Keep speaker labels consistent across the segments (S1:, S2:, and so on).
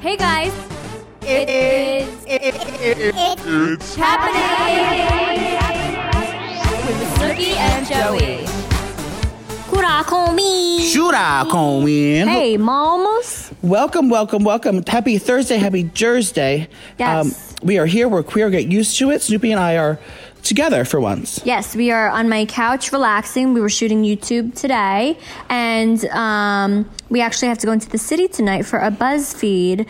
S1: Hey guys, it is
S2: It's
S1: happening with Snooki and Joey. Coulda call me.
S3: Shooter come in.
S1: Hey, mamas.
S3: Welcome, welcome, welcome. Happy Thursday, happy Thursday.
S1: Yes.
S3: we are here. We're queer. Get used to it. Snoopy and I are together for once.
S1: Yes, we are on my couch relaxing. We were shooting YouTube today, and um, we actually have to go into the city tonight for a BuzzFeed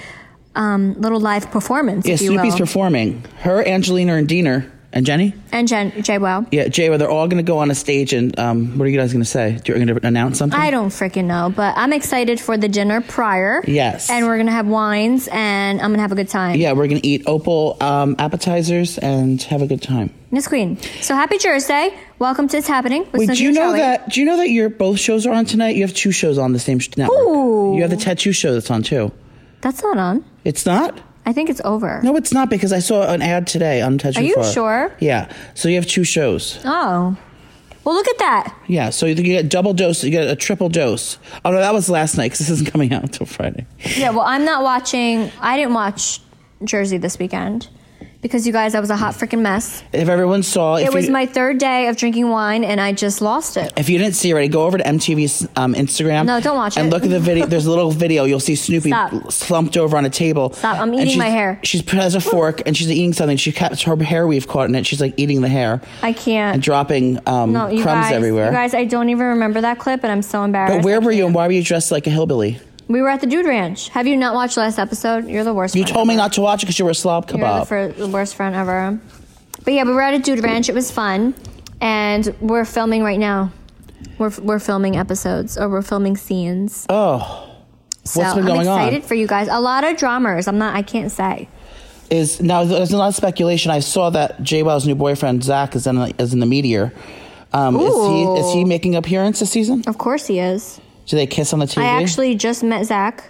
S1: um, little live performance,
S3: Yeah,
S1: if you
S3: Snoopy's
S1: will.
S3: performing. Her, Angelina, and Diener. And Jenny?
S1: and Jen, Jay, well,
S3: Yeah, Jaywa, they're all going to go on a stage and um, what are you guys going to say? Do you going to announce something?
S1: I don't freaking know, but I'm excited for the dinner prior.
S3: Yes.
S1: and we're gonna have wines, and I'm gonna have a good time.
S3: yeah, we're going to eat opal um, appetizers and have a good time.
S1: Miss Queen. So happy Thursday. Welcome to It's Happening. With
S3: Wait,
S1: Snooki
S3: do you
S1: and
S3: know
S1: Joey.
S3: that? Do you know that your both shows are on tonight? You have two shows on the same sh- network.
S1: Ooh.
S3: You have the tattoo show that's on too.
S1: That's not on.
S3: It's not.
S1: I think it's over.
S3: No, it's not because I saw an ad today on Touch
S1: Are
S3: Me
S1: you
S3: For It.
S1: sure?
S3: Yeah. So you have two shows.
S1: Oh. Well, look at that.
S3: Yeah. So you get double dose. You get a triple dose. Oh no, that was last night because this isn't coming out until Friday.
S1: Yeah, well, I'm not watching. I didn't watch Jersey this weekend because you guys, I was a hot freaking mess.
S3: If everyone saw, if
S1: It was
S3: you,
S1: my third day of drinking wine and I just lost it.
S3: If you didn't see already, go over to MTV's um, Instagram.
S1: No, don't watch
S3: and
S1: it.
S3: And look at the video. There's a little video. You'll see Snoopy
S1: Stop.
S3: slumped over on a table.
S1: Stop. I'm
S3: And
S1: eating
S3: she's-
S1: my hair.
S3: She's has a fork and she's eating something. She kept her hair weave caught in it. She's like eating the hair
S1: I can't.
S3: and dropping um,
S1: no, you
S3: crumbs
S1: guys,
S3: everywhere.
S1: You guys, I don't even remember that clip and I'm so embarrassed.
S3: but where were you and why were you dressed like a hillbilly?
S1: We were at the Dude Ranch. Have you not watched last episode? You're the worst.
S3: You
S1: friend
S3: told me
S1: ever.
S3: not to watch it because you were a slob kebab.
S1: You're the, fir- the worst friend ever. But yeah, we were at a dude ranch. It was fun, and we're filming right now. We're we're filming episodes or we're filming scenes.
S3: Oh,
S1: so
S3: been
S1: I'm
S3: going on?
S1: excited for you guys. A lot of dramas. I'm not. I can't say.
S3: is now there's a lot of speculation. I saw that J Wow's new boyfriend Zach is in the, is in the meteor. Um, is he
S1: Ooh.
S3: is he making appearance this season?
S1: Of course he is.
S3: Do they kiss on the TV?
S1: I actually just met Zach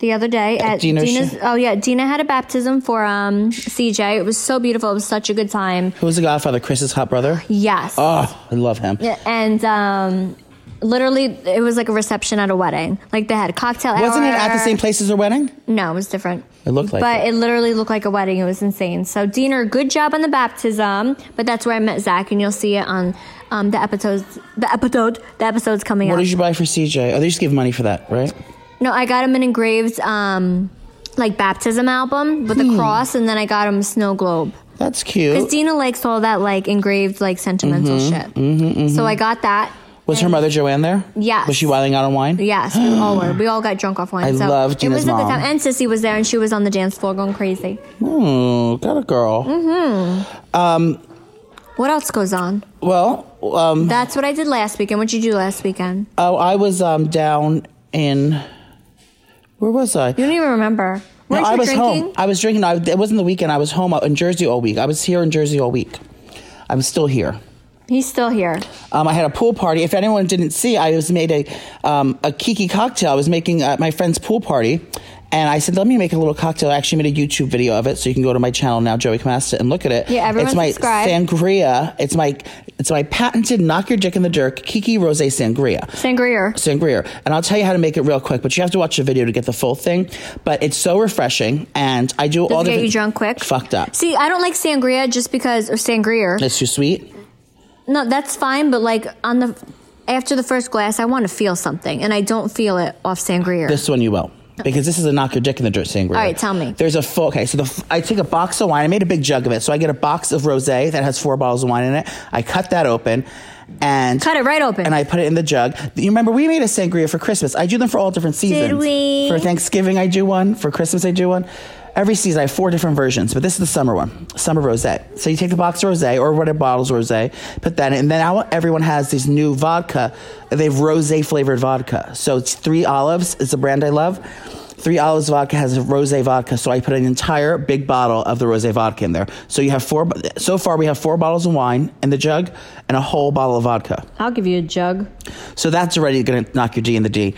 S1: the other day at
S3: Dina's-
S1: Dina's. Oh yeah, Dina had a baptism for um CJ. It was so beautiful. It was such a good time.
S3: Who's the Godfather? Chris's hot brother.
S1: Yes.
S3: Oh, I love him.
S1: and um, literally, it was like a reception at a wedding. Like they had a cocktail.
S3: Wasn't it at the
S1: hour.
S3: same place as their wedding?
S1: No, it was different.
S3: It looked like
S1: But
S3: it.
S1: it literally looked like a wedding. It was insane. So, Diener, good job on the baptism. But that's where I met Zach, and you'll see it on um, the episodes. The episode. The episode's coming
S3: What
S1: up.
S3: did you buy for CJ? Oh, they just give money for that, right?
S1: no, I got him an engraved um, like baptism album with
S3: Hmm.
S1: a cross, and then I got him a snow globe.
S3: That's cute.
S1: Because Dina likes all that like engraved, like sentimental
S3: Mm-hmm.
S1: shit. So I got that.
S3: was her mother Joanne there?
S1: Yes.
S3: Was she wiling out on wine?
S1: Yes, we all were. We all got drunk off wine.
S3: I
S1: so
S3: love Gina's
S1: It was a good
S3: mom.
S1: time. And Sissy was there, and she was on the dance floor going crazy.
S3: Oh, got a girl.
S1: Mm-hmm. What else goes on?
S3: Well, um,
S1: That's what I did last weekend. What'd you do last weekend?
S3: oh, I was um, down in. Where was I?
S1: You don't even remember. Weren't
S3: I
S1: you
S3: was
S1: drinking?
S3: home. I was drinking. I, it wasn't the weekend. I was home in Jersey all week. I was here in Jersey all week. I'm still here.
S1: He's still here.
S3: Um, I had a pool party. If anyone didn't see, I was made a um, a kiki cocktail. I was making at my friend's pool party, and I said, "Let me make a little cocktail." I actually made a YouTube video of it, so you can go to my channel now, Joey Camasta, and look at it.
S1: Yeah, everyone
S3: It's my
S1: subscribe.
S3: sangria. It's my it's my patented knock your dick in the dirt kiki rose sangria
S1: Sangria.
S3: sangria. And I'll tell you how to make it real quick, but you have to watch the video to get the full thing. But it's so refreshing, and I do
S1: Does
S3: all
S1: it
S3: the
S1: get you drunk quick?
S3: Fucked up.
S1: See, I don't like sangria just because, or sangria.
S3: It's too sweet.
S1: No, that's fine, but like on the, after the first glass, I want to feel something, and I don't feel it off sangria.
S3: This one you will. Because this is a knock your dick in the dirt sangria.
S1: All right, tell me.
S3: There's a full, okay, so the, f- I take a box of wine. I made a big jug of it. So I get a box of rose that has four bottles of wine in it. I cut that open and.
S1: Cut it right open.
S3: And I put it in the jug. You remember, we made a sangria for Christmas. I do them for all different seasons.
S1: we?
S3: For Thanksgiving, I do one. For Christmas, I do one. Every season, I have four different versions, but this is the summer one, summer rosé. So you take the box of rosé or whatever bottles of rosé, put that in, and then now everyone has these new vodka. They have rosé flavored vodka. So it's three olives. It's a brand I love. Three Olives Vodka has rose vodka, so I put an entire big bottle of the rose vodka in there. So you have four. So far, we have four bottles of wine in the jug and a whole bottle of vodka.
S4: I'll give you a jug.
S3: So that's already going to knock your D in the D.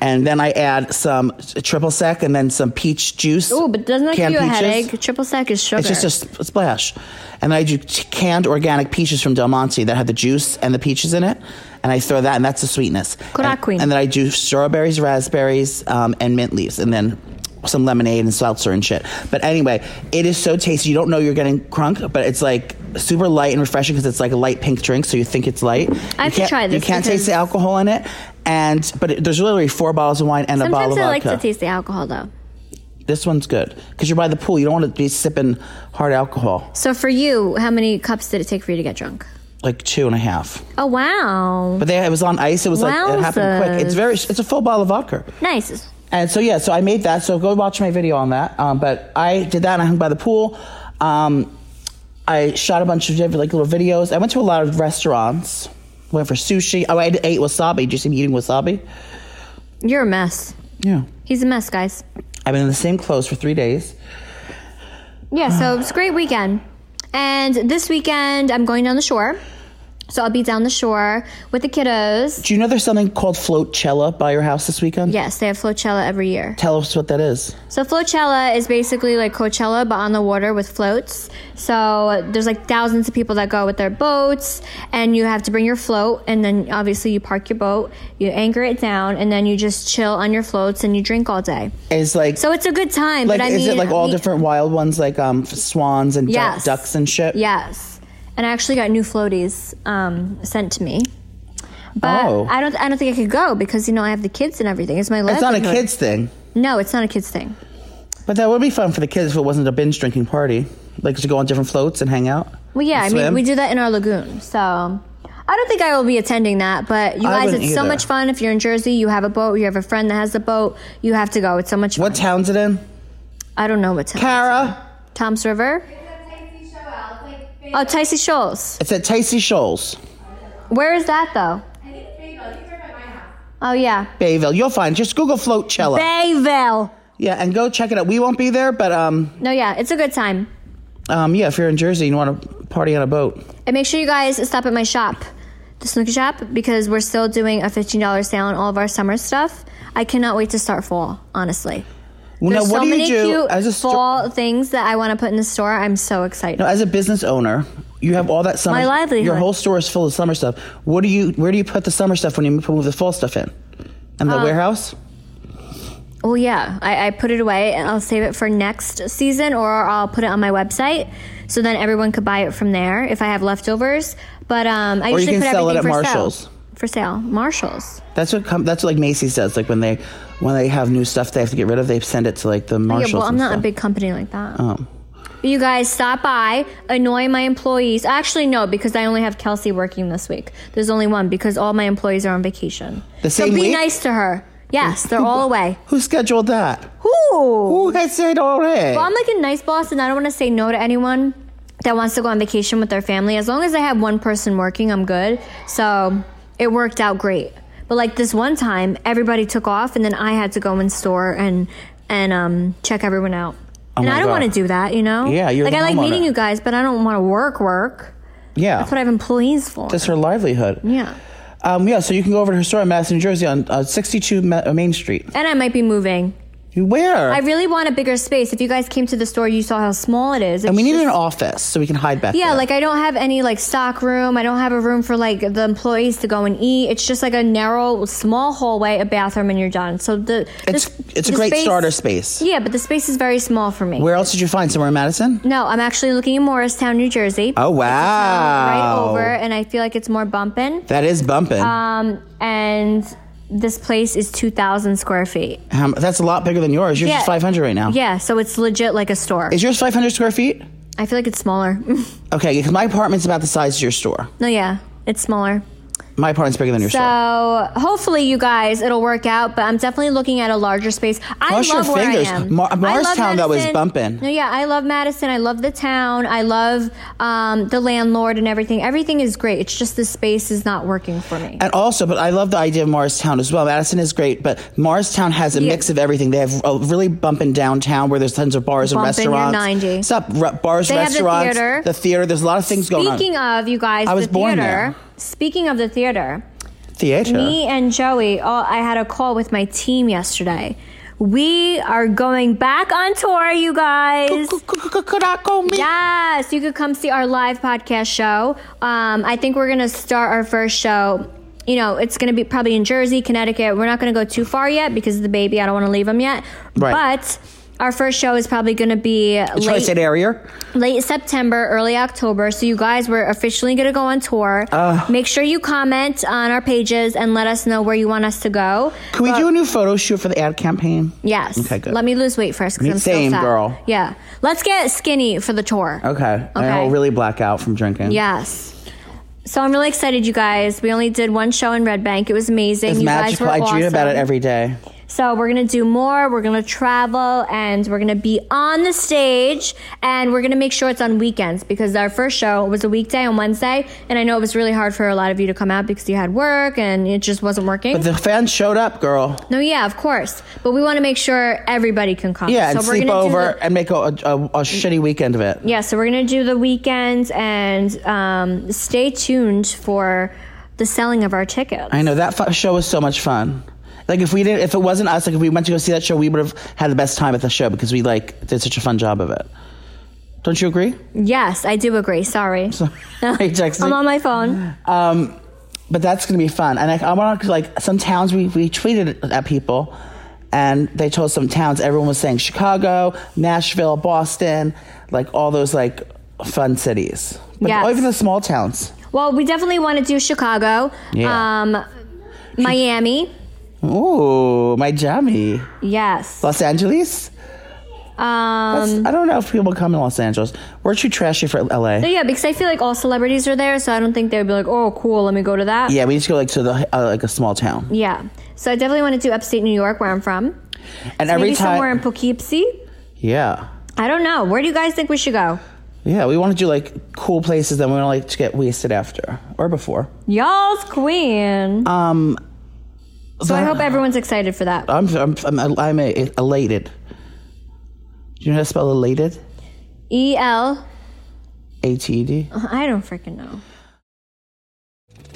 S3: And then I add some triple sec and then some peach juice.
S1: Oh, but doesn't that give
S3: canned
S1: you a
S3: peaches.
S1: headache? Triple sec is sugar.
S3: It's just a sp- splash. And I do t- canned organic peaches from Del Monte that have the juice and the peaches in it. And I throw that, and that's the sweetness.
S1: Crack
S3: and,
S1: queen.
S3: and then I do strawberries, raspberries, um, and mint leaves. And then some lemonade and seltzer and shit. But anyway, it is so tasty. You don't know you're getting crunk, but it's like super light and refreshing because it's like a light pink drink, so you think it's light.
S1: I have to
S3: you can't-
S1: try
S3: You
S1: this
S3: can't taste
S1: because-
S3: the alcohol in it. And but it, there's literally four bottles of wine and a bottle
S1: Sometimes
S3: of
S1: I like
S3: vodka.
S1: to taste the alcohol though.
S3: this one's good because you're by the pool. You don't want to be sipping hard alcohol.
S1: So for you, how many cups did it take for you to get drunk?
S3: like two and a half.
S1: Oh wow,
S3: But they, it was on ice. It was like it happened quick. It's
S1: Wowzers.
S3: very. It's a full bottle of vodka.
S1: nice.
S3: And so yeah, so I made that. So go watch my video on that. Um, but I did that and I hung by the pool. Um, I shot a bunch of different like little videos. I went to a lot of restaurants. Went for sushi. Oh, I ate wasabi. Did you see me eating wasabi?
S1: You're a mess.
S3: Yeah.
S1: He's a mess, guys.
S3: I've been in the same clothes for three days.
S1: Yeah, so it's a great weekend. And this weekend, I'm going down the shore. So I'll be down the shore with the kiddos.
S3: Do you know there's something called Floatcella by your house this weekend?
S1: Yes, they have Floachella every year.
S3: Tell us what that is.
S1: So Floachella is basically like Coachella, but on the water with floats. So there's like thousands of people that go with their boats, and you have to bring your float, and then obviously you park your boat, you anchor it down, and then you just chill on your floats and you drink all day.
S3: It's like
S1: So it's a good time.
S3: like
S1: but I
S3: is
S1: mean,
S3: it like all
S1: we-
S3: different wild ones like um swans and du-
S1: Yes.
S3: ducks and shit?
S1: Yes, and I actually got new floaties um, sent to me. But
S3: Oh.
S1: I don't. I don't think I could go because you know I have the kids and everything. It's my life.
S3: It's not a kids thing.
S1: No, it's not a kids thing.
S3: But that would be fun for the kids if it wasn't a binge drinking party. Like to go on different floats and hang out.
S1: Well, yeah. I
S3: And
S1: mean,
S3: swim.
S1: we do that in our lagoon. So I don't think I will be attending that. But you
S3: I
S1: guys, it's
S3: wouldn't
S1: so
S3: either.
S1: much fun. If you're in Jersey, you have a boat. You have a friend that has a boat. You have to go. It's so much fun.
S3: What town's it in?
S1: I don't know what time.
S3: Cara.
S1: Tom's River. Oh, Ticey Shoals.
S3: It's at Ticey Shoals,
S1: Where is that though? Oh yeah,
S3: Bayville. You'll find. Just Google Floatcella.
S1: Bayville.
S3: yeah, and go check it out. We won't be there, but um,
S1: No, yeah, it's a good time.
S3: um, yeah, if you're in Jersey and you want to party on a boat,
S1: And make sure you guys stop at my shop, the Snooki Shop, because we're still doing a $15 sale on all of our summer stuff. I cannot wait to start fall, honestly.
S3: well, now
S1: There's
S3: what
S1: so
S3: do you
S1: many
S3: do
S1: cute
S3: as a sto-
S1: fall things that I want to put in the store. I'm so excited.
S3: no, as a business owner? You have all that summer.
S1: My livelihood.
S3: Your whole store is full of summer stuff. What do you? Where do you put the summer stuff when you move the fall stuff in? In the warehouse.
S1: well, yeah, I, I put it away and I'll save it for next season or I'll put it on my website so then everyone could buy it from there if I have leftovers. But um, I
S3: Or you
S1: usually
S3: can
S1: put
S3: sell it
S1: everything
S3: at
S1: for
S3: Marshalls.
S1: sale. For sale, Marshalls.
S3: That's what com- that's what like Macy's does. Like when they when they have new stuff they have to get rid of, they send it to like the marshals.
S1: Yeah, well, I'm
S3: and
S1: not a
S3: stuff.
S1: big company like that.
S3: Oh.
S1: You guys stop by, annoy my employees. Actually, no, because I only have Kelsey working this week. There's only one because all my employees are on vacation.
S3: The same
S1: so be
S3: week?
S1: nice to her. Yes, they're all away.
S3: Who scheduled that?
S1: Ooh.
S3: Who has said already?
S1: Well, I'm like a nice boss, and I don't want to say no to anyone that wants to go on vacation with their family. As long as I have one person working, I'm good. So it worked out great. But like this one time, everybody took off, and then I had to go in store and and um, check everyone out. and
S3: Oh my
S1: I don't
S3: God.
S1: want to do that, you know.
S3: Yeah, you're
S1: like
S3: the
S1: I like
S3: homeowner.
S1: meeting you guys, but I don't want to work work.
S3: yeah,
S1: That's what I have employees for.
S3: that's her livelihood.
S1: yeah,
S3: Um, yeah. So you can go over to her store in Madison, New Jersey, on uh, 62 Ma- uh, Main Street.
S1: and I might be moving.
S3: Where?
S1: I really want a bigger space. If you guys came to the store, you saw how small it is.
S3: and we
S1: It's
S3: need
S1: just-
S3: an office so we can hide back.
S1: Yeah,
S3: there.
S1: like I don't have any like stock room. I don't have a room for like the employees to go and eat. It's just like a narrow, small hallway, a bathroom, and you're done. So the
S3: it's
S1: this-
S3: it's a
S1: the
S3: great
S1: space-
S3: starter space.
S1: Yeah, but the space is very small for me.
S3: Where else did you find somewhere in Madison?
S1: no, I'm actually looking in Morristown, New Jersey.
S3: Oh
S1: right
S3: wow,
S1: over, and I feel like it's more bumping.
S3: That is bumping.
S1: Um, and this place is 2,000 square feet.
S3: How m- that's a lot bigger than yours. Yours
S1: Yeah.
S3: is 500 right now.
S1: Yeah, so it's legit like a store.
S3: Is yours 500 square feet?
S1: I feel like it's smaller.
S3: Okay, because my apartment's about the size of your store.
S1: no, yeah, it's smaller.
S3: My apartment's bigger than yours.
S1: So hopefully you guys it'll work out, but I'm definitely looking at a larger space. I
S3: Cross your
S1: love where
S3: fingers.
S1: I am.
S3: Mar-
S1: I love
S3: Morristown, though, is
S1: Madison.
S3: bumping.
S1: No, yeah, I love Madison. I love the town. I love um, the landlord and everything. Everything is great. It's just the space is not working for me.
S3: And also, but I love the idea of Morristown as well. Madison is great, but Morristown has a
S1: Yeah.
S3: mix of everything. They have a really bumping downtown where there's tons of bars
S1: Bumping,
S3: and
S1: you're
S3: restaurants.
S1: 90.
S3: Stop re- bars,
S1: They have the
S3: restaurants,
S1: theater.
S3: the theater. There's a lot of things going
S1: Speaking
S3: on.
S1: of you guys,
S3: I was
S1: the
S3: born
S1: theater.
S3: there.
S1: Speaking of the theater,
S3: theater.
S1: me and Joey, all, I had a call with my team yesterday. We are going back on tour, you guys.
S3: Could I go me?
S1: Yes, you could come see our live podcast show. Um, I think we're gonna start our first show. You know, it's gonna be probably in Jersey, Connecticut. We're not gonna go too far yet because of the baby. I don't want to leave him yet.
S3: Right.
S1: But our first show is probably gonna be late,
S3: Tri-state area.
S1: late September, early October. So you guys, we're officially gonna go on tour.
S3: Uh.
S1: Make sure you comment on our pages and let us know where you want us to go.
S3: Can we do a new photo shoot for the ad campaign?
S1: Yes.
S3: Okay, good.
S1: Let me lose weight first because
S3: Me-
S1: I'm still
S3: same,
S1: fat.
S3: girl.
S1: Yeah. Let's get skinny for the tour.
S3: Okay.
S1: Okay.
S3: I'll really black out from drinking.
S1: Yes. So I'm really excited, you guys. We only did one show in Red Bank. It was amazing.
S3: It's
S1: you
S3: magical. I
S1: guys were
S3: dream
S1: awesome.
S3: about it every day.
S1: So we're gonna do more. We're gonna travel, and we're gonna be on the stage, and we're gonna make sure it's on weekends because our first show was a weekday on Wednesday, and I know it was really hard for a lot of you to come out because you had work and it just wasn't working.
S3: But the fans showed up, girl.
S1: no, yeah, of course, but we want to make sure everybody can come.
S3: Yeah,
S1: so
S3: and
S1: we're
S3: sleep
S1: gonna do
S3: over
S1: the-
S3: and make a, a, a shitty weekend of it.
S1: yeah, so we're gonna do the weekends, and um, stay tuned for the selling of our tickets.
S3: I know that fu- show was so much fun. Like if we didn't, if it wasn't us, like if we went to go see that show, we would have had the best time at the show because we like did such a fun job of it. Don't you agree?
S1: Yes, I do agree. Sorry.
S3: Hey, Jackson.
S1: I'm on my phone.
S3: Um, but that's gonna be fun. And like, I want to like some towns we we tweeted at people, and they told some towns everyone was saying Chicago, Nashville, Boston, like all those like fun cities. But
S1: Yes.
S3: or even the small towns.
S1: Well, we definitely want to do Chicago,
S3: Yeah.
S1: um, Miami.
S3: Ooh, my jammy.
S1: Yes.
S3: Los Angeles.
S1: Um,
S3: I don't know if people come in Los Angeles. We're too trashy for LA.
S1: but yeah, because I feel like all celebrities are there, so I don't think they would be like, oh, cool, let me go to that.
S3: Yeah, we need to go like to the uh, like a small town.
S1: Yeah. So I definitely want to do upstate New York, where I'm from.
S3: And every
S1: Maybe somewhere in
S3: time,
S1: Poughkeepsie.
S3: yeah,
S1: I don't know. Where do you guys think we should go?
S3: yeah, we want to do like cool places. Then we want to like to get wasted after or before.
S1: Y'all's queen.
S3: Um,
S1: so I
S3: that-
S1: hope everyone's excited for that.
S3: I'm I'm I'm, I'm a, elated. Do you know how to spell elated?
S1: E L.
S3: A T E D.
S1: I don't freaking know.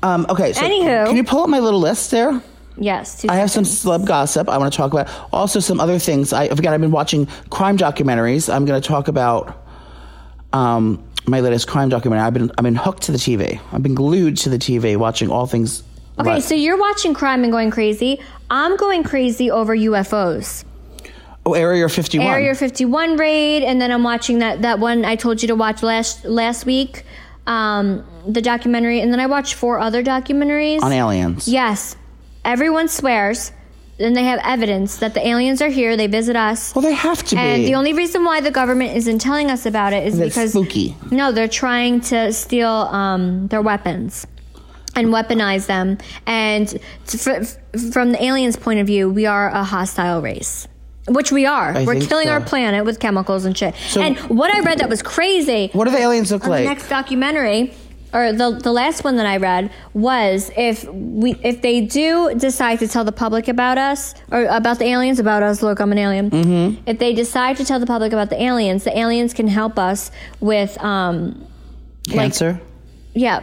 S3: Um, okay. So
S1: Anywho.
S3: can you pull up my little list there?
S1: Yes. two
S3: I have some
S1: seconds.
S3: celeb gossip I want to talk about. Also, some other things. I forgot I've been watching crime documentaries. I'm going to talk about um, my latest crime documentary. I've been I've been hooked to the TV. I've been glued to the TV watching all things.
S1: Okay,
S3: Right.
S1: so you're watching crime and going crazy. I'm going crazy over UFOs.
S3: oh, Area 51.
S1: Area 51 raid, and then I'm watching that that one I told you to watch last last week, um, the documentary, and then I watched four other documentaries.
S3: on aliens.
S1: yes, everyone swears, and they have evidence that the aliens are here. They visit us.
S3: Well, they have to
S1: And
S3: be.
S1: the only reason why the government isn't telling us about it is
S3: That's
S1: because
S3: spooky.
S1: no, they're trying to steal um, their weapons and weaponize them. And t- fr- f- from the aliens' point of view, we are a hostile race. Which we are.
S3: I
S1: We're
S3: think
S1: killing
S3: so.
S1: our planet with chemicals and shit. and what I read that was crazy
S3: what do the aliens look
S1: on
S3: like?
S1: the next documentary or the the last one that I read was if we if they do decide to tell the public about us or about the aliens about us look I'm an alien
S3: Mm-hmm.
S1: if they decide to tell the public about the aliens the aliens can help us with um
S3: Cancer.
S1: yeah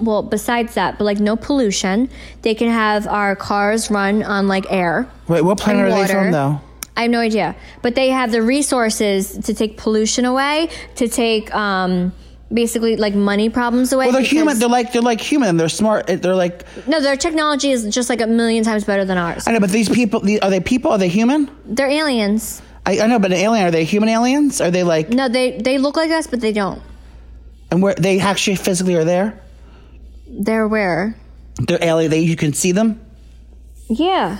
S1: well besides that but like no pollution they can have our cars run on like air
S3: Wait, what planet are
S1: and
S3: they from
S1: water.
S3: though?
S1: I have no idea. But they have the resources to take pollution away, to take um, basically like money problems away.
S3: Well, they're
S1: because-
S3: human. They're like they're like human. They're smart. They're like
S1: no, their technology is just like a million times better than ours.
S3: I know, but these people the- are they people? Are they human?
S1: They're aliens.
S3: I, I know, but an alien are they human aliens? Are they like
S1: No, they they look like us, but they don't.
S3: and where they actually physically are there?
S1: They're where?
S3: They're alien. They you can see them
S1: Yeah,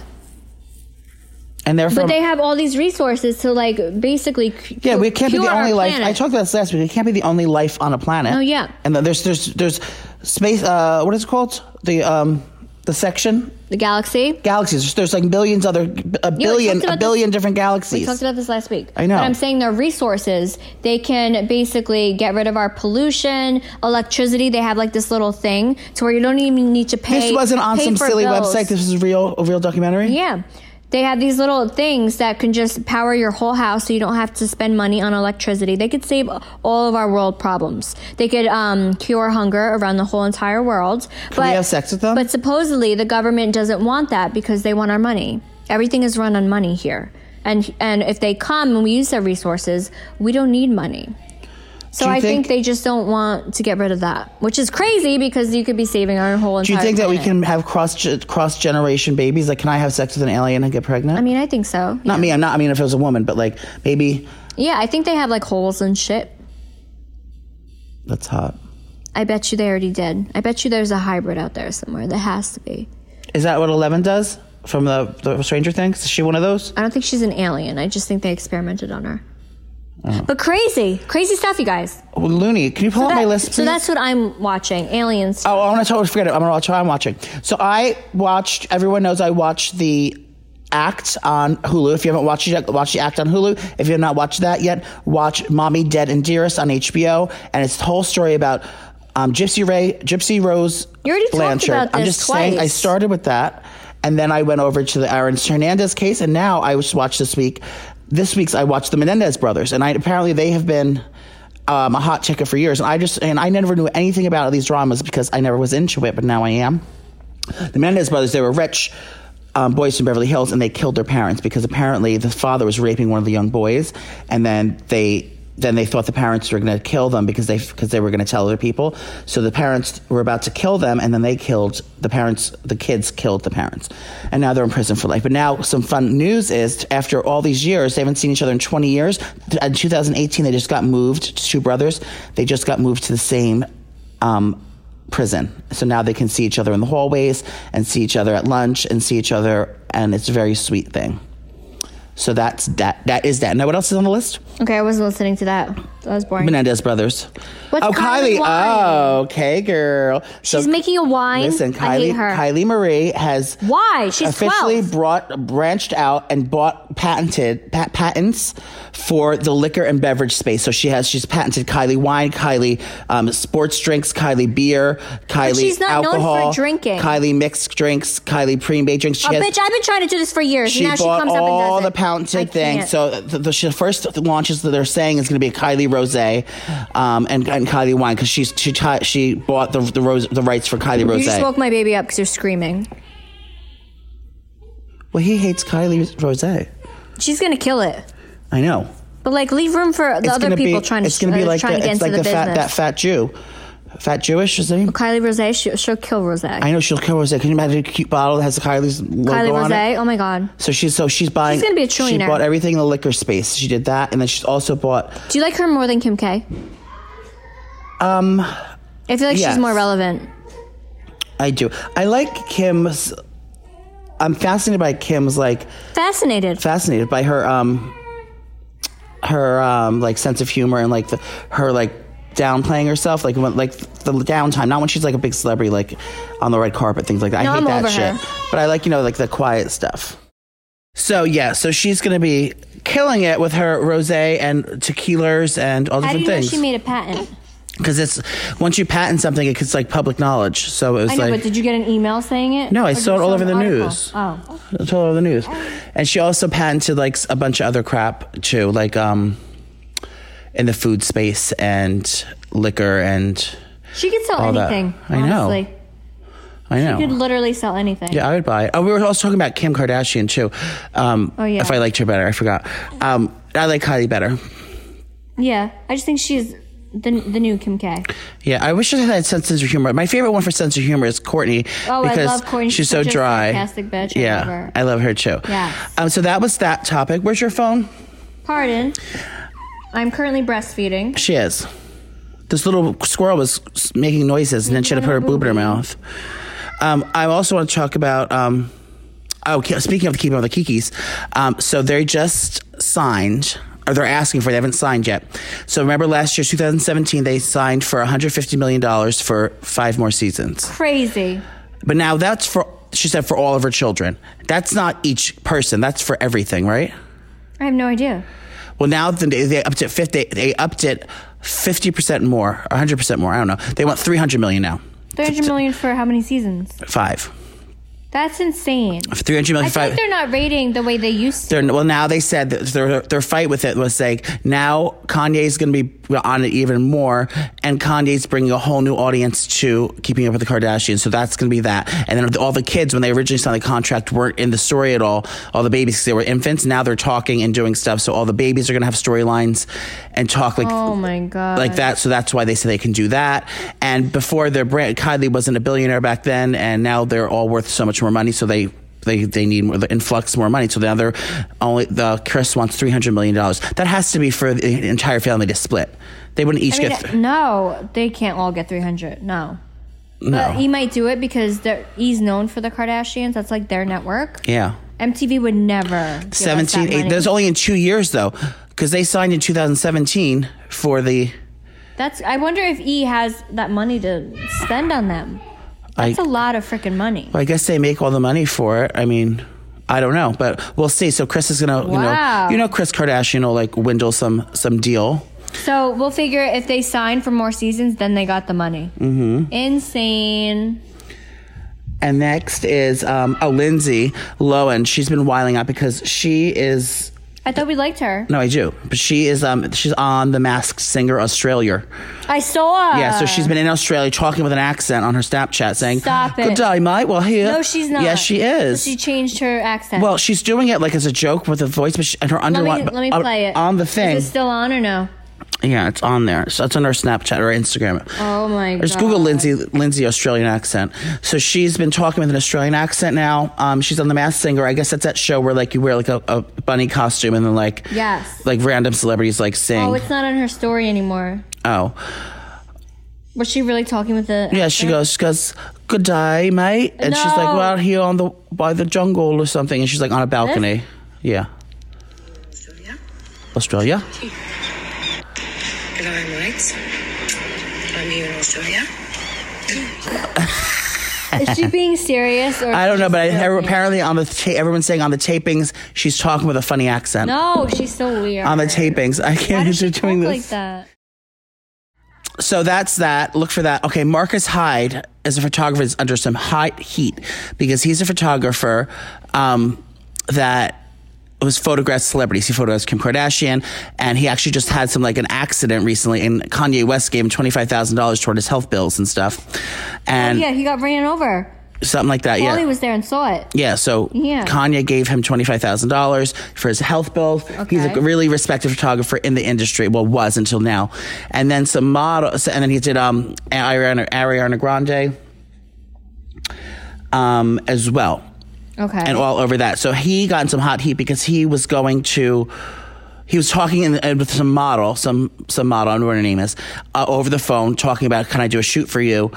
S3: and they're
S1: but
S3: from.
S1: they have all these resources to like basically. c-
S3: yeah, we can't be
S1: cure
S3: the
S1: our
S3: only life.
S1: planet.
S3: I talked about this last week. We can't be the only life on a planet.
S1: Oh, yeah.
S3: And then there's there's there's space. Uh, what is it called? The um the section
S1: the galaxy.
S3: galaxies. There's, there's like billions other a billion
S1: about
S3: a
S1: this-
S3: billion different galaxies.
S1: We talked about this last week.
S3: I know.
S1: But I'm saying their resources. They can basically get rid of our pollution, electricity. They have like this little thing to where you don't even need to pay.
S3: this wasn't on
S1: pay
S3: some
S1: for
S3: silly
S1: bills.
S3: website. This is real a real documentary.
S1: yeah. They have these little things that can just power your whole house so you don't have to spend money on electricity. They could save all of our world problems. They could um, cure hunger around the whole entire world. but
S3: have sex with them?
S1: But supposedly the government doesn't want that because they want our money. Everything is run on money here. And and if they come and we use their resources, we don't need money. So
S3: Do you
S1: I think,
S3: think-
S1: they just don't want to get rid of that, which is crazy because you could be saving our whole
S3: Do
S1: entire
S3: you think that we
S1: planet.
S3: can have cross cross generation babies? Like, can I have sex with an alien and get pregnant?
S1: I mean, I think so.
S3: not me. I'm not. I mean, if it was a woman, but like maybe
S1: Yeah, I think they have like holes and shit.
S3: that's hot.
S1: I bet you they already did. I bet you there's a hybrid out there somewhere. There has to be.
S3: Is that what Eleven does from the, the Stranger Things? Is she one of those?
S1: I don't think she's an alien. I just think they experimented on her. But crazy, crazy stuff, you guys.
S3: Oh, Looney, can you pull out
S1: That-
S3: my list?
S1: so
S3: please?
S1: that's what I'm watching. Aliens.
S3: Oh, I want to totally forget it. I'm gonna watch what I'm watching. So I watched. Everyone knows I watched the Act on Hulu. If you haven't watched it, yet, watch the Act on Hulu. If you have not watched that yet, watch "Mommy Dead and Dearest" on HBO, and it's the whole story about um, Gypsy Ray, Gypsy Rose
S1: You already talked
S3: Blanchard.
S1: about
S3: I'm
S1: this
S3: just saying, I
S1: twice.
S3: started with that, and then I went over to the Aaron Hernandez case, and now I just watched this week. This week's I watched the Menendez brothers, and I apparently they have been um, a hot ticket for years. And I just and I never knew anything about these dramas because I never was into it, but now I am. The Menendez brothers, they were rich um, boys from Beverly Hills, and they killed their parents because apparently the father was raping one of the young boys, and then they then they thought the parents were going to kill them because they because they were going to tell other people. So the parents were about to kill them, and then they killed the parents. The kids killed the parents, and now they're in prison for life. But now some fun news is after all these years, they haven't seen each other in 20 years. In 2018, they just got moved. Two brothers, they just got moved to the same. Um, prison. So now they can see each other in the hallways and see each other at lunch and see each other, and it's a very sweet thing. So that's that. That is that. Now, what else is on the list?
S1: Okay, I wasn't listening to that. That was boring.
S3: Menendez brothers.
S1: What's
S3: oh,
S1: Kylie
S3: Kylie.
S1: wine?
S3: Oh, okay, girl.
S1: She's making a wine.
S3: Listen,
S1: I hate
S3: Kylie.
S1: her.
S3: Kylie Marie has
S1: Why? She's
S3: officially
S1: 12.
S3: brought branched out and bought patented pat, patents for the liquor and beverage space. So she has she's patented Kylie wine, Kylie um, sports drinks, Kylie beer, Kylie
S1: she's not known for
S3: alcohol,
S1: drinking.
S3: Kylie mixed drinks, Kylie pre-made drinks. She
S1: Oh,
S3: has-
S1: bitch, I've been trying to do this for years.
S3: she
S1: and now she
S3: bought
S1: comes up and does
S3: all
S1: it.
S3: the
S1: I can't.
S3: patented things. So the, the, she- the first launches that they're saying is going to be Kylie Rose um, and, and Kylie Wine because she's she, ti- she bought the the, rose, the rights for Kylie
S1: you
S3: Rose.
S1: just woke my baby up because you're screaming.
S3: well, he hates Kylie Rose. I
S1: She's gonna kill it.
S3: know.
S1: But like, leave room for the other
S3: gonna
S1: people
S3: be,
S1: trying to.
S3: It's going
S1: uh,
S3: to be like
S1: trying
S3: the,
S1: to get
S3: it's
S1: into
S3: like
S1: the,
S3: the,
S1: business.
S3: fat that fat Jew, fat Jewish is he?
S1: Kylie Rose, she, she'll kill Rose.
S3: I know she'll kill Rose. Can you imagine a cute bottle that has Kylie's logo
S1: Kylie Rose.
S3: on it?
S1: Oh my god.
S3: So she's so she's buying.
S1: She's gonna be a
S3: She
S1: trillionaire.
S3: bought everything in the liquor space. She did that, and then she's also bought.
S1: Do you like her more than Kim K? Um,
S3: um,
S1: I feel like
S3: yes.
S1: she's more relevant.
S3: I do. I like Kim's. I'm fascinated by Kim's like
S1: Fascinated.
S3: fascinated by her um her um like sense of humor and like the her like downplaying herself like when, like the downtime not when she's like a big celebrity like on the red carpet things like that.
S1: No,
S3: I hate
S1: I'm
S3: that
S1: over
S3: shit.
S1: her.
S3: But I like you know like the quiet stuff. So yeah, so she's gonna be killing it with her rosé and tequilas and all
S1: How do
S3: different
S1: you know
S3: things.
S1: she made a patent?
S3: because it's once you patent something, it's like public knowledge. So it was
S1: I know,
S3: like
S1: but did you get an email saying it?
S3: No, I
S1: Or
S3: saw
S1: you
S3: it all over
S1: an
S3: the
S1: article?
S3: news.
S1: Oh,
S3: It's all over the news. And she also patented like s- a bunch of other crap too, like um, in the food space and liquor and
S1: she could sell
S3: All that.
S1: anything.
S3: I know.
S1: honestly.
S3: I know.
S1: She could literally sell anything.
S3: yeah, I would buy it. Oh, we were also talking about Kim Kardashian too. Um,
S1: Oh, yeah.
S3: If I liked her better, I forgot. Um, I like Kylie better.
S1: Yeah, I just think she's the the new Kim K.
S3: Yeah, I wish I had sense of humor. My favorite one for sense of humor is Courtney
S1: Oh, I
S3: because
S1: love Kourtney.
S3: she's
S1: She's
S3: so
S1: such a
S3: dry.
S1: sarcastic bitch. I
S3: Yeah,
S1: love her.
S3: I love her too.
S1: Yes.
S3: Um, so that was that topic. Where's your phone?
S1: Pardon. I'm currently breastfeeding.
S3: She is. This little squirrel was s- making noises, and then she had to put her boob in her mouth. Um, I also want to talk about. Um, oh, Ki- speaking of the keeping of the Kikis, um, so they just signed, or they're asking for. They haven't signed yet. So remember last year, 2017, they signed for 150 million dollars for five more seasons.
S1: Crazy.
S3: But now that's for. She said for all of her children. That's not each person. That's for everything, right?
S1: I have no idea.
S3: Well, now they, they upped it fifty. They upped it fifty percent more, or hundred percent more. I don't know. They want three hundred million now.
S1: 300 million for how many seasons?
S3: Five.
S1: That's insane.
S3: Three hundred
S1: I
S3: million.
S1: think
S3: Five.
S1: they're not rating the way they used to.
S3: They're, well, now they said that their their fight with it was like now Kanye's going to be on it even more, and Kanye's bringing a whole new audience to Keeping Up with the Kardashians. So that's going to be that. And then all the kids, when they originally signed the contract, weren't in the story at all. All the babies, 'cause they were infants. Now they're talking and doing stuff. So all the babies are going to have storylines and talk like
S1: Oh my god.
S3: like that. So that's why they say they can do that. And before their brand, Kylie wasn't a billionaire back then, and now they're all worth so much more money. So they. They, they need more, the influx more money. So the other only the Chris wants three hundred million dollars. That has to be for the entire family to split. They wouldn't each
S1: I mean,
S3: get. th-
S1: no, they can't all get 300. No. But he might do it because they're, he's known for the Kardashians. That's like their network.
S3: yeah,
S1: MTV would never. give us that
S3: seventeen. Eight,
S1: money.
S3: there's only in two years though, because they signed in 2017 for the.
S1: That's. I wonder if E has that money to spend on them.
S3: I,
S1: It's a lot of freaking money.
S3: I guess they make all the money for it. I mean, I don't know, but we'll see. So Chris is gonna,
S1: Wow.
S3: you know, you know, Chris Kardashian will like windle some some deal.
S1: So we'll figure if they sign for more seasons, then they got the money. Mm-hmm. Insane.
S3: And next is um, oh Lindsay Lohan. She's been wiling out because she is
S1: I thought we liked her.
S3: no, I do, but she is um she's on The Masked Singer Australia.
S1: I saw.
S3: Yeah, so she's been in Australia talking with an accent on her Snapchat saying,
S1: Stop it.
S3: "Good day, mate." Well, here,
S1: No, she's not.
S3: Yes, she is.
S1: She changed her accent.
S3: well, she's doing it like as a joke with a voice, but she, and her
S1: let me,
S3: underline
S1: let me
S3: on-
S1: play it
S3: on the thing.
S1: Is it still on or no?
S3: Yeah, it's on there. So it's on her Snapchat or Instagram.
S1: Oh my
S3: Or Just
S1: God.
S3: Google Lindsay Lindsay Australian accent. So she's been talking with an Australian accent now. Um, she's on The Masked Singer. I guess that's that show where like you wear like a, a bunny costume and then like
S1: Yes.
S3: like random celebrities like sing.
S1: Oh,
S3: Oh,
S1: it's not on her story anymore. Was she really talking with the?
S3: yeah. She goes she goes good day mate, and she's like
S1: No.
S3: we're out here on the by the jungle or something, and she's like on a balcony. Yeah,
S5: Australia.
S3: Australia.
S5: Hello, mates. I'm here in Australia.
S1: Is she being serious? Or
S3: I don't know, but I,
S1: She's joking?
S3: apparently on the ta- everyone's saying on the tapings she's talking with a funny accent.
S1: No, she's so weird.
S3: on the tapings. I can't
S1: Why
S3: believe
S1: does
S3: they're
S1: she
S3: doing
S1: talk like
S3: this.
S1: that?
S3: So that's that. Look for that. Okay, Marcus Hyde as a photographer is under some hot heat because he's a photographer um, that was photographed celebrities. He photographed Kim Kardashian, and he actually just had some like an accident recently. And Kanye West gave him twenty five thousand dollars toward his health bills and stuff, and
S1: Oh, Yeah, he got ran over.
S3: something like that.
S1: Polly
S3: yeah,
S1: was there and saw it.
S3: yeah, so
S1: Yeah.
S3: Kanye gave him $25,000 for his health bills. He's a
S1: Okay.
S3: really respected photographer in the industry, well, was until now. And then some models, and then he did um, Ariana, Ariana Grande um, as well,
S1: Okay.
S3: and all over that. So he got in some hot heat because he was going to. He was talking in, uh, with some model, some some model, I don't know what her name is, uh, over the phone, talking about, "Can I do a shoot for you?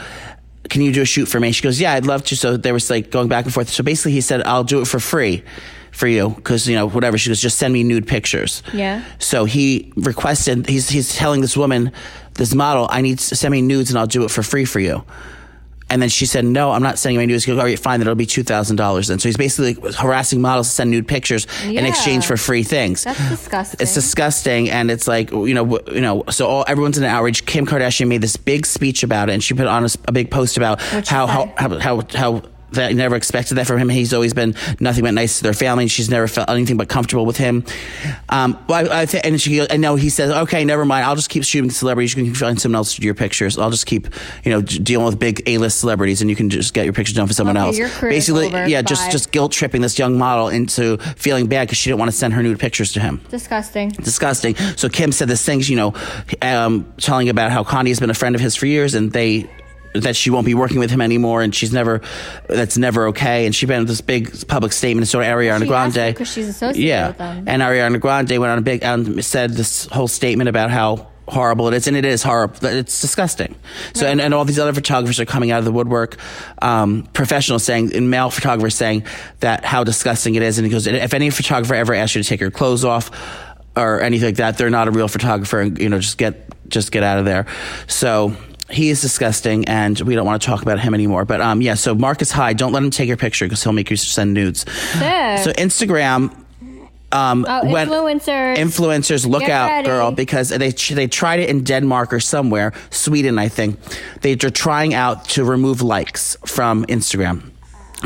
S3: Can you do a shoot for me?" She goes, "Yeah, I'd love to." So there was like going back and forth. So basically, he said, "I'll do it for free." For you, because you know whatever she goes, just send me nude pictures.
S1: Yeah.
S3: So he requested. He's he's telling this woman, this model, I need send me nudes and I'll do it for free for you. And And then she said, No, I'm not sending my nudes. He goes, All right, fine, then it'll be $2,000. And so he's basically harassing models to send nude pictures in
S1: Yeah.
S3: exchange for free things.
S1: That's disgusting.
S3: It's disgusting, and it's like you know, w- you know. So all everyone's in an outrage. Kim Kardashian made this big speech about it, and she put on a, s- a big post about how, how how how how that never expected that from him. He's always been nothing but nice to their family, and she's never felt anything but comfortable with him. Um, well, I, I thi- and she goes, and no, he says, okay, never mind. I'll just keep shooting celebrities. You can find someone else to do your pictures. I'll just keep you know d- dealing with big A list celebrities, and you can just get your pictures done for someone
S1: Okay,
S3: else.
S1: your career's
S3: Basically,
S1: over.
S3: yeah, just
S1: Bye.
S3: just guilt tripping this young model into feeling bad because she didn't want to send her nude pictures to him
S1: disgusting.
S3: disgusting. So Kim said this thing, you know, um, telling about how Kanye has been a friend of his for years, and they that she won't be working with him anymore, and she's never that's never okay. And she made this big public statement. So Ariana
S1: She has to,
S3: Grande,
S1: 'cause she's associated
S3: yeah,
S1: with them.
S3: and Ariana Grande went on a big and said this whole statement about how horrible it is, and it is horrible. It's disgusting. So, and, and all these other photographers are coming out of the woodwork, um, professionals saying, and male photographers saying that how disgusting it is. And he goes, if any photographer ever asks you to take your clothes off or anything like that, they're not a real photographer, and you know, just get just get out of there. So. He is disgusting, and we don't want to talk about him anymore. But um, yeah, so Marcus Hyde, don't let him take your picture because he'll make you send nudes.
S1: Sick.
S3: So Instagram um,
S1: Oh,
S3: when-
S1: influencers.
S3: influencers, look
S1: Get
S3: out,
S1: ready.
S3: girl, because they they tried it in Denmark or somewhere, Sweden, I think. They're trying out to remove likes from Instagram.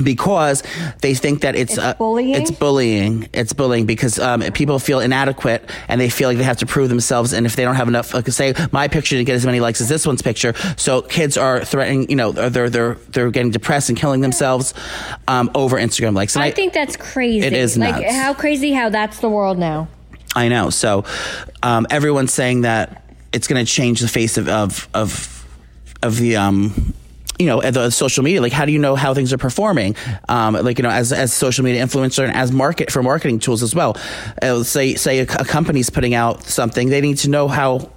S3: Because they think that it's, uh,
S1: bullying?
S3: It's bullying. It's bullying because um, people feel inadequate and they feel like they have to prove themselves. And if they don't have enough, like say my picture didn't get as many likes as this one's picture, so kids are threatening. You know, they're they're they're getting depressed and killing themselves um, over Instagram likes. And
S1: I think that's crazy.
S3: It is
S1: like
S3: nuts.
S1: how crazy how that's the world now.
S3: I know. So um, everyone's saying that it's going to change the face of of of, of the. Um, you know, of the social media, like how do you know how things are performing? Um, like, you know, as, as social media influencer and as market for marketing tools as well. Uh, say, say a, c- a company's putting out something, they need to know how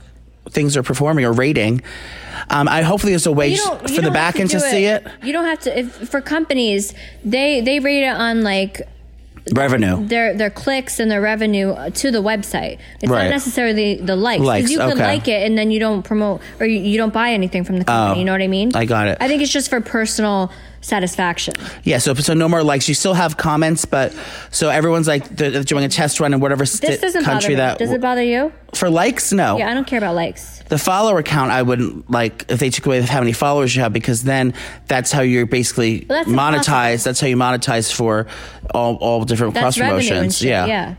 S3: things are performing or rating. Um, I hopefully there's a way
S1: You
S3: s-
S1: don't, you
S3: for the
S1: don't
S3: back
S1: have
S3: end to
S1: do
S3: see it.
S1: You don't have to. If, for companies, they they rate it on like
S3: Revenue.
S1: their their clicks and their revenue uh, to the website. It's
S3: Right.
S1: not necessarily the likes. 'Cause
S3: Likes,
S1: you could
S3: okay.
S1: like it and then you don't promote or you, you don't buy anything from the company. you know what I mean?
S3: Oh, I got it.
S1: I think it's just for personal satisfaction.
S3: Yeah, so so no more likes. You still have comments, but so everyone's like they're they're doing a test run in whatever
S1: This
S3: sti-
S1: doesn't bother
S3: country
S1: me.
S3: that
S1: Does it bother you?
S3: for likes. No,
S1: Yeah, I don't care about likes.
S3: the follower count I wouldn't like if they took away how many followers you have because then that's how you're basically
S1: Well, that's
S3: monetized. That's how you monetize for all all different
S1: That's
S3: cross
S1: revenue and
S3: promotions.
S1: shit.
S3: Yeah,
S1: yeah.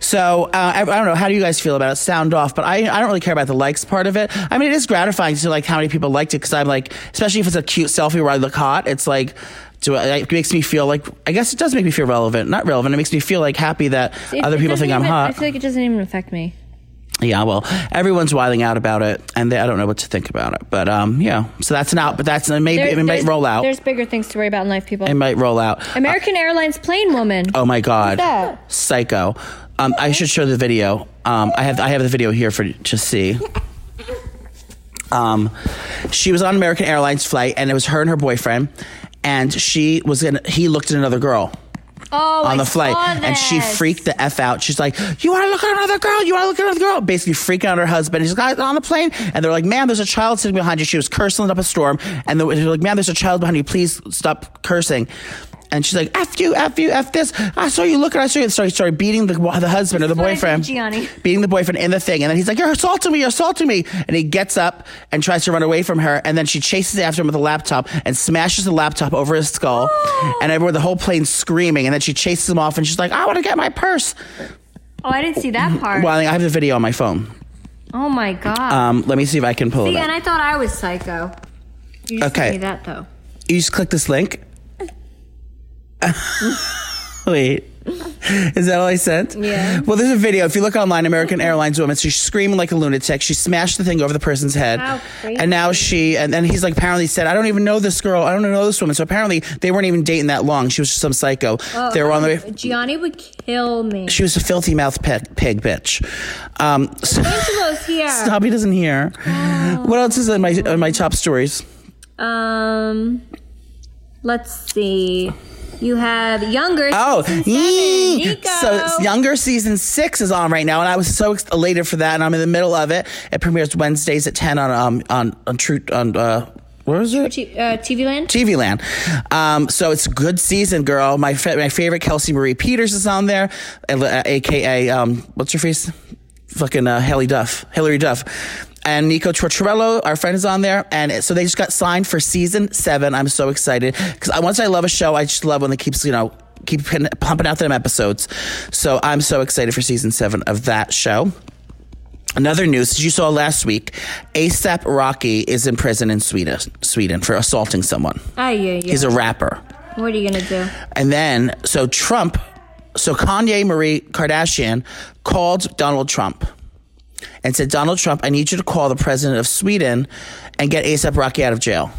S3: So uh, I, I don't know. How do you guys feel about it? Sound off, but I I don't really care about the likes part of it. I mean, it is gratifying to like how many people liked it because I'm like, especially if it's a cute selfie where I look hot. It's like. Do I, it makes me feel like I guess it does make me feel relevant, not relevant. It makes me feel like happy that
S1: It-
S3: other
S1: it
S3: people
S1: doesn't
S3: think I'm
S1: even-
S3: hot.
S1: I feel like it doesn't even affect me.
S3: Yeah, well, everyone's wiling out about it, and they, I don't know what to think about it. But um, yeah, so that's an out. But that's maybe
S1: There-
S3: it might
S1: there's-
S3: roll out.
S1: There's bigger things to worry about in life, people.
S3: It might roll out.
S1: American Airlines plane woman.
S3: Oh my god,
S1: that?
S3: psycho! Um, I should show the video. Um, I have I have the video here for to see. Um, she was on American Airlines flight, and it was her and her boyfriend, and she was in. He looked at another girl.
S1: Oh,
S3: on
S1: I
S3: the flight,
S1: saw
S3: and she
S1: this.
S3: freaked the f out. She's like, "You want to look at another girl? You want to look at another girl?" Basically freaking out her husband. He's like, "On the plane," and they're like, "Ma'am, there's a child sitting behind you." She was cursing up a storm, and they're they're like, "Ma'am, there's a child behind you. Please stop cursing." And she's like, "F you, f you, f this." I saw you looking. I saw you. Sorry, sorry, beating the the husband or the
S1: what I did,
S3: boyfriend,
S1: Gianni.
S3: beating the boyfriend in the thing, and then he's like, "You're assaulting me! You're assaulting me!" And he gets up and tries to run away from her, and then she chases after him with a laptop and smashes the laptop over his skull, and everyone, the whole plane screaming, and then she chases him off, and she's like, "I want to get my purse."
S1: Oh, I didn't see that part.
S3: Mm-hmm. Well, I have the video on my phone.
S1: oh my god.
S3: Um, let me see if I can pull
S1: See,
S3: it
S1: and
S3: up.
S1: I thought I was psycho. You just
S3: Okay.
S1: Gave me that though.
S3: you just click this link. Wait. Is that all I sent?
S1: Yeah.
S3: Well, there's a video. If you look online, American Airlines woman, she's screaming like a lunatic. She smashed the thing over the person's head.
S1: How crazy.
S3: And now she, and then he's like, apparently said, I don't even know this girl. I don't know this woman. So apparently they weren't even dating that long. She was just some psycho.
S1: Oh,
S3: they were on the way.
S1: Gianni would kill me.
S3: She was a filthy mouth pig, pig bitch. Um, so,
S1: Angelo's here.
S3: stop, he doesn't hear.
S1: Oh.
S3: What else is in my, in my top stories?
S1: Um, let's see. You have younger.
S3: Oh, yee.
S1: Nico.
S3: so it's Younger season six is on right now, and I was so ex- elated for that, and I'm in the middle of it. It premieres Wednesdays at ten on um on on True on uh Where is it?
S1: T- uh, TV Land.
S3: TV Land. Um, so it's good season, girl. My fa- my favorite Kelsey Marie Peters is on there, a- aka um, what's her face? Fucking uh, Haley Duff, Hillary Duff, and Nico Tortorello, our friend is on there, and it- so they just got signed for season seven. I'm so excited because once I love a show, I just love when it keeps you know keep pin- pumping out them episodes. So I'm so excited for season seven of that show. Another news as you saw last week, ASAP Rocky is in prison in Sweden, Sweden for assaulting someone.
S1: Ah, yeah, yeah.
S3: He's a rapper.
S1: what are you gonna do?
S3: And then, so Trump, so Kanye Marie Kardashian called Donald Trump and said, Donald Trump, I need you to call the president of Sweden and get ASAP Rocky out of jail.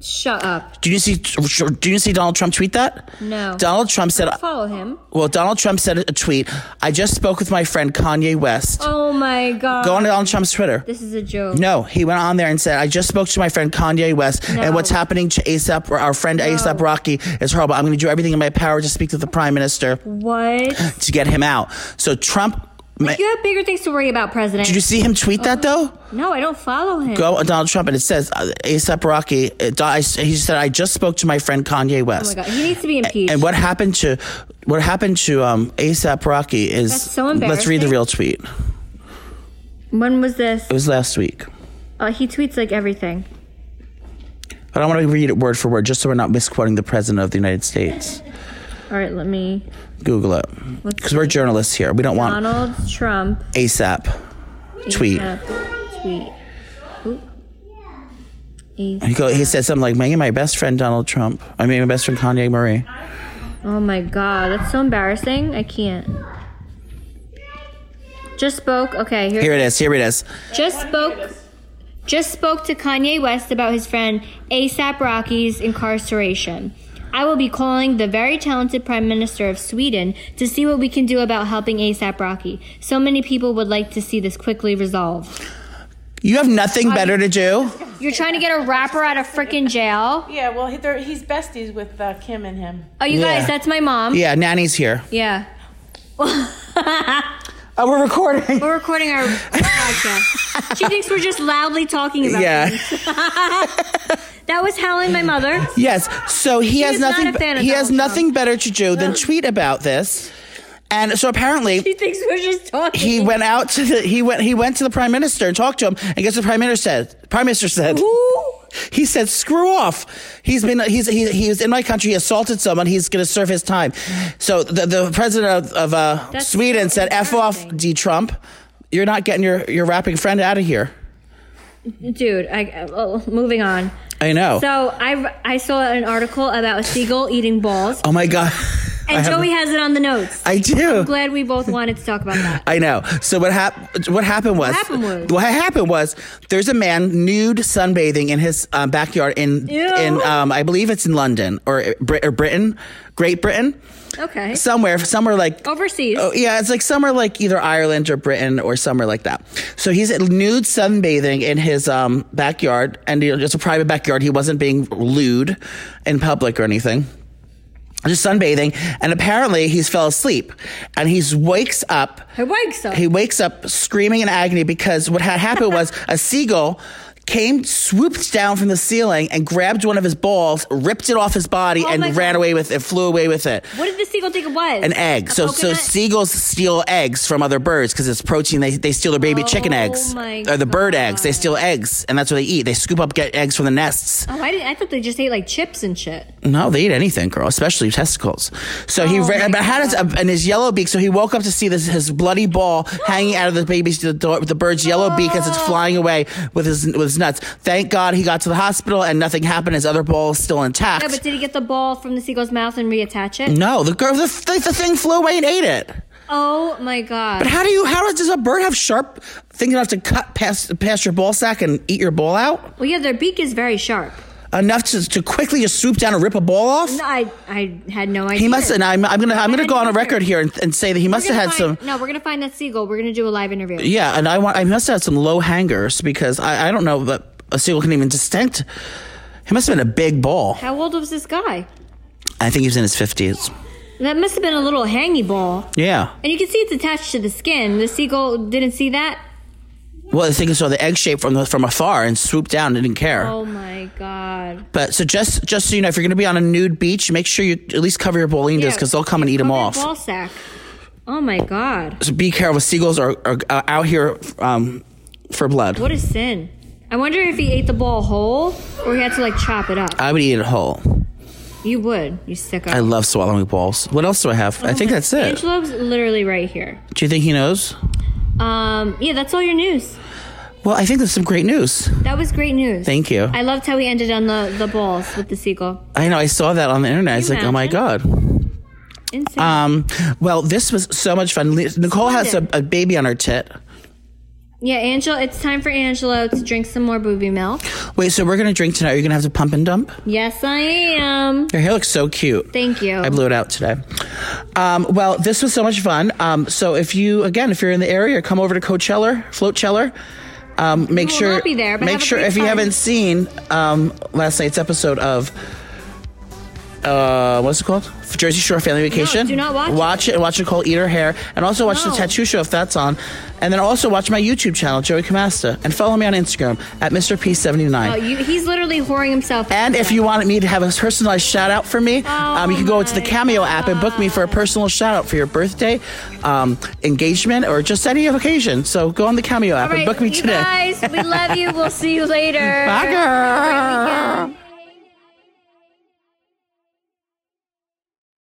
S1: Shut up.
S3: Do you see? Do you see Donald Trump tweet that?
S1: No.
S3: Donald Trump said.
S1: Follow him.
S3: Well, Donald Trump said a tweet. I just spoke with my friend Kanye West.
S1: Oh my god.
S3: Go on to Donald Trump's Twitter.
S1: This is a joke.
S3: No, he went on there and said, I just spoke to my friend Kanye West, and what's happening to ASAP, our friend ASAP Rocky, is horrible. I'm going to do everything in my power to speak to the prime minister
S1: What?
S3: to get him out. So, Trump, ma-
S1: You Uh-huh. have bigger things to worry about, President.
S3: did you see him tweet that though?
S1: no, I don't follow him.
S3: Go on Donald Trump, and it says, uh, ASAP Rocky, uh, Don- I- he said, I just spoke to my friend Kanye
S1: Oh my
S3: West.
S1: god. He needs to be impeached.
S3: and what happened to what happened to um, ASAP Rocky is
S1: That's so
S3: let's read the
S1: embarrassing.
S3: real tweet. It
S1: when was this?
S3: was last week.
S1: Uh, he tweets like everything.
S3: But I want to read it word for word just so we're not misquoting the president of the United States.
S1: All right, let me.
S3: Google it. Because we're journalists here. We don't want
S1: Donald Trump
S3: ASAP tweet.
S1: uh, tweet. Oop. He's-
S3: He, go, he said something like, "Me and my best friend Donald Trump. I mean, my best friend Kanye Marie."
S1: Oh my god, that's so embarrassing. I can't. Just spoke. Okay, here.
S3: Here it is. Here it is.
S1: Just spoke. Just spoke to Kanye West about his friend ASAP Rocky's incarceration. I will be calling the very talented Prime Minister of Sweden to see what we can do about helping ASAP Rocky. So many people would like to see this quickly resolved.
S3: You have nothing better to do.
S1: You're trying to get a rapper out of freaking jail.
S6: Yeah, well, he, they're- he's besties with uh, Kim and him.
S1: Oh, you
S3: Yeah.
S1: guys, that's my mom.
S3: Yeah, nanny's here.
S1: Yeah.
S3: Oh, we're recording.
S1: We're recording our podcast. She thinks we're just loudly talking about
S3: Yeah.
S1: things. that was Helen, my mother.
S3: Yes. So he has
S1: is not
S3: nothing.
S1: a fan of
S3: he has
S1: Donald Trump.
S3: nothing better to do than tweet about this. And so apparently,
S1: She thinks we're just talking.
S3: he went out to the he went he went to the prime minister and talked to him and guess what the prime minister said prime minister said he said screw off he's been he's he, he was in my country he assaulted someone he's going to serve his time so the, the president of, of uh,
S1: That's
S3: sweden
S1: so
S3: said f off
S1: embarrassing.
S3: d trump you're not getting your your rapping friend out of here
S1: Dude, I, oh, moving on.
S3: i know
S1: So I, I saw an article about a seagull eating balls,
S3: oh my god I
S1: and
S3: have-
S1: Joey has it on the notes.
S3: i do
S1: Glad we both wanted to talk about that.
S3: I know. So what happened? What happened was? What
S1: happened was-
S3: happened was there's a man nude sunbathing in his um, backyard in
S1: Ew.
S3: in um, I believe it's in London or, Brit- or Britain, Great Britain,
S1: Okay.
S3: somewhere somewhere like
S1: Overseas.
S3: Oh, yeah, it's like somewhere like either Ireland or Britain or somewhere like that. So he's at nude sunbathing in his um, backyard, and you know, it's a private backyard. He wasn't being lewd in public or anything. Just sunbathing, and apparently he's fell asleep, and he's wakes up.
S1: He wakes up.
S3: He wakes up screaming in agony because what had happened was a seagull came swooped down from the ceiling and grabbed one of his balls, ripped it off his body,
S1: Oh
S3: and
S1: my God.
S3: ran away with it, flew away with it
S1: What did the seagull think it was?
S3: an egg.
S1: A
S3: so so
S1: coconut?
S3: seagulls steal eggs from other birds because it's protein. They they steal their baby chicken
S1: Oh
S3: eggs
S1: my
S3: or the bird
S1: God.
S3: eggs. They steal eggs and that's what they eat. They scoop up get eggs from the nests.
S1: Oh, I, didn't, I thought they just ate like chips and shit.
S3: No, they eat anything, girl, especially testicles. So he
S1: Oh
S3: ran,
S1: my
S3: but had his
S1: God.
S3: and his yellow beak. So he woke up to see this his bloody ball hanging out of the baby's the, the bird's yellow beak as it's
S1: Oh.
S3: flying away with his with his nuts. Thank God he got to the hospital and nothing happened. His other ball is still intact.
S1: Yeah, but did he get the ball from the seagull's mouth and reattach it?
S3: no, the girl the, the, the thing flew away and ate it.
S1: Oh my god.
S3: But how do you? How does, does a bird have sharp things enough to cut past past your ball sack and eat your ball out
S1: Well, yeah, their beak is very sharp.
S3: enough to, to quickly just swoop down and rip a ball off?
S1: No, I, I had no idea.
S3: he must. And I'm, I'm gonna I'm gonna
S1: had
S3: go
S1: no
S3: on a
S1: idea.
S3: record here and, and say that he
S1: We're
S3: must have
S1: gonna
S3: had some.
S1: find- No, we're gonna find that seagull. We're gonna do a live interview.
S3: Yeah, and I want I must have had some low hangers because I, I don't know that a seagull can even distinct. He must have been a big ball.
S1: How old was this guy?
S3: I think he was in his fifties.
S1: That must have been a little hangy ball.
S3: Yeah.
S1: And you can see it's attached to the skin. The seagull didn't see that.
S3: Well, the thing saw the egg shape from the, from afar and swooped down and didn't care.
S1: Oh my god.
S3: But so just just so you know, if you're going to be on a nude beach, make sure you at least cover your bolinas
S1: Yeah,
S3: because they'll come and eat them
S1: Covered
S3: off.
S1: Ball sack. Oh my god.
S3: So be careful. Seagulls are, are uh, out here um, for blood.
S1: What a sin. I wonder if he ate the ball whole or he had to like chop it up.
S3: I would eat it whole.
S1: You would. You sick up.
S3: I love swallowing balls. What else do I have? I think that's it.
S1: Antelope's literally right here.
S3: Do you think he knows?
S1: Um, yeah, that's all your news.
S3: Well, I think that's some great news.
S1: That was great news.
S3: Thank you.
S1: I loved how we ended on the, the balls with the seagull.
S3: I know. I saw that on the internet. I was
S1: Can
S3: like,
S1: you
S3: oh my god.
S1: Insane.
S3: Um. Well, this was so much fun. Le- Nicole has a, a baby on her tit.
S1: yeah, Angela, it's time for Angela to drink some more booby milk.
S3: Wait. So we're gonna drink tonight. Are you gonna have to pump and dump?
S1: Yes, I am.
S3: Your hair looks so cute.
S1: Thank you.
S3: I blew it out today. Um, well, this was so much fun. Um, so if you, again, if you're in the area, come over to Coachella, Floatchella. Um, make
S1: will
S3: sure
S1: not be there, but
S3: make
S1: have a
S3: sure
S1: great
S3: if you
S1: time.
S3: haven't seen um, last night's episode of uh, what's it called? Jersey Shore Family Vacation.
S1: do not watch it.
S3: it. and Watch Nicole eat her hair, and also watch
S1: No.
S3: the tattoo show if that's on, and then also watch my YouTube channel, Joey Camasta, and follow me on Instagram at Mr. P seventy
S1: Oh,
S3: nine.
S1: you, he's literally whoring himself.
S3: And if you wanted me to have a personalized shout out for
S1: Oh,
S3: me, um, you can go into the Cameo app and book me for a personal shout out for your birthday, um, engagement, or just any occasion. So go on the Cameo app
S1: All right,
S3: and book me
S1: you
S3: today.
S1: guys, we love you. We'll see you later.
S3: Bye, girl.
S1: Have a great weekend.